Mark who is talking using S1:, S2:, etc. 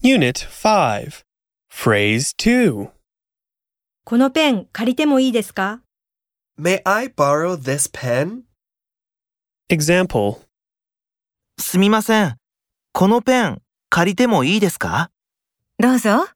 S1: Unit 5. Phrase 2.
S2: このペン借りてもいいですか
S3: May I borrow this pen?
S1: Example.
S4: すみません。このペン借りてもいいですか
S5: どうぞ。